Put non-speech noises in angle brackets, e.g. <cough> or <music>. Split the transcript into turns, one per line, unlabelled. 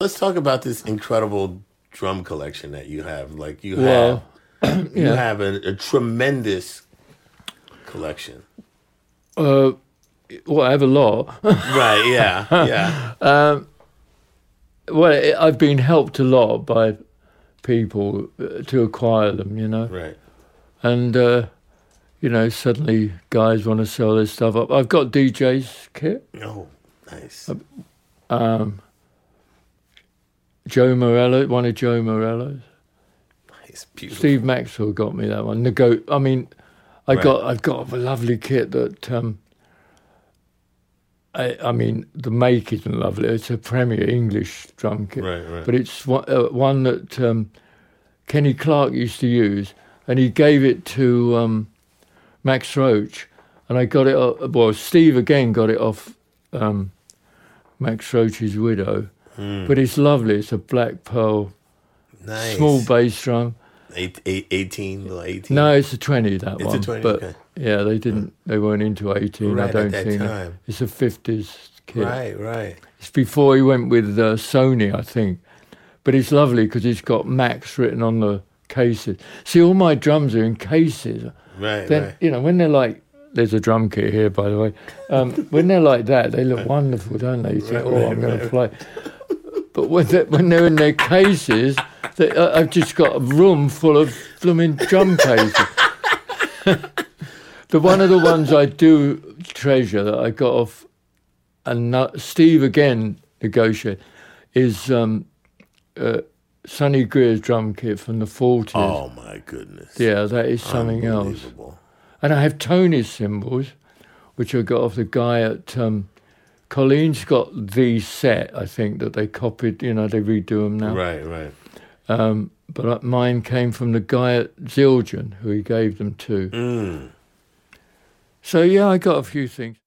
Let's talk about this incredible drum collection that you have. Like you
Well,
have, you have a, a tremendous collection.
uh, Well, I have a lot.
Right? Yeah. <laughs>
<laughs>
Yeah.
well, I- I've been helped a lot by people uh, to acquire them, you know.
Right.
And, uh, you know, suddenly guys want to sell their stuff up. I've got DJ's kit, Um,
Oh, nice.
Uh, Joe Morello, one of Joe Morello's.
Nice. Beautiful.
Steve Maxwell got me that one. The goat. I mean, I
Right.
got I got a lovely kit that. Um, I, I mean, the make isn't lovely. It's a Premier English drum kit,
Right, right.
but it's one, uh, one that um, Kenny Clark used to use, and he gave it to um, Max Roach, and I got it. Off, well, Steve again got it off um, Max Roach's widow, but it's lovely. It's a black pearl,
Hmm. nice.
small bass drum.
Eight, eight, 18, little 18.
No, it's a twenty. That
It's a
one.
20,
But
okay.
yeah, they didn't. They weren't into eighteen.
Right
I
at
don't
that
think.
time.
It's a fifties kid.
Right, right.
It's before he went with uh, Sony, I think. But it's lovely because it's got Max written on the cases. See, all my drums are in cases.
Right,
Then
right.
you know when they're like. There's a drum kit here, by the way. Um, when they're like that, they look wonderful, don't they? You think, oh, I'm going to play. But when they're, when they're in their cases, they, I- I've just got a room full of blooming drum cases. <laughs> the one of the ones I do treasure that I got off, and no- Steve again negotiate, is um, uh, Sonny Greer's drum kit from the 40s.
Oh, my goodness.
Yeah, that is something else.
Unbelievable.
And I have Tony's cymbals, which I got off the guy at. Um, Colleen's got the set, I think, that they copied. You know, they redo them now.
Right, right.
But uh, mine came from the guy at
Mm.
Zildjian, who he gave them to. So yeah, I got a few things.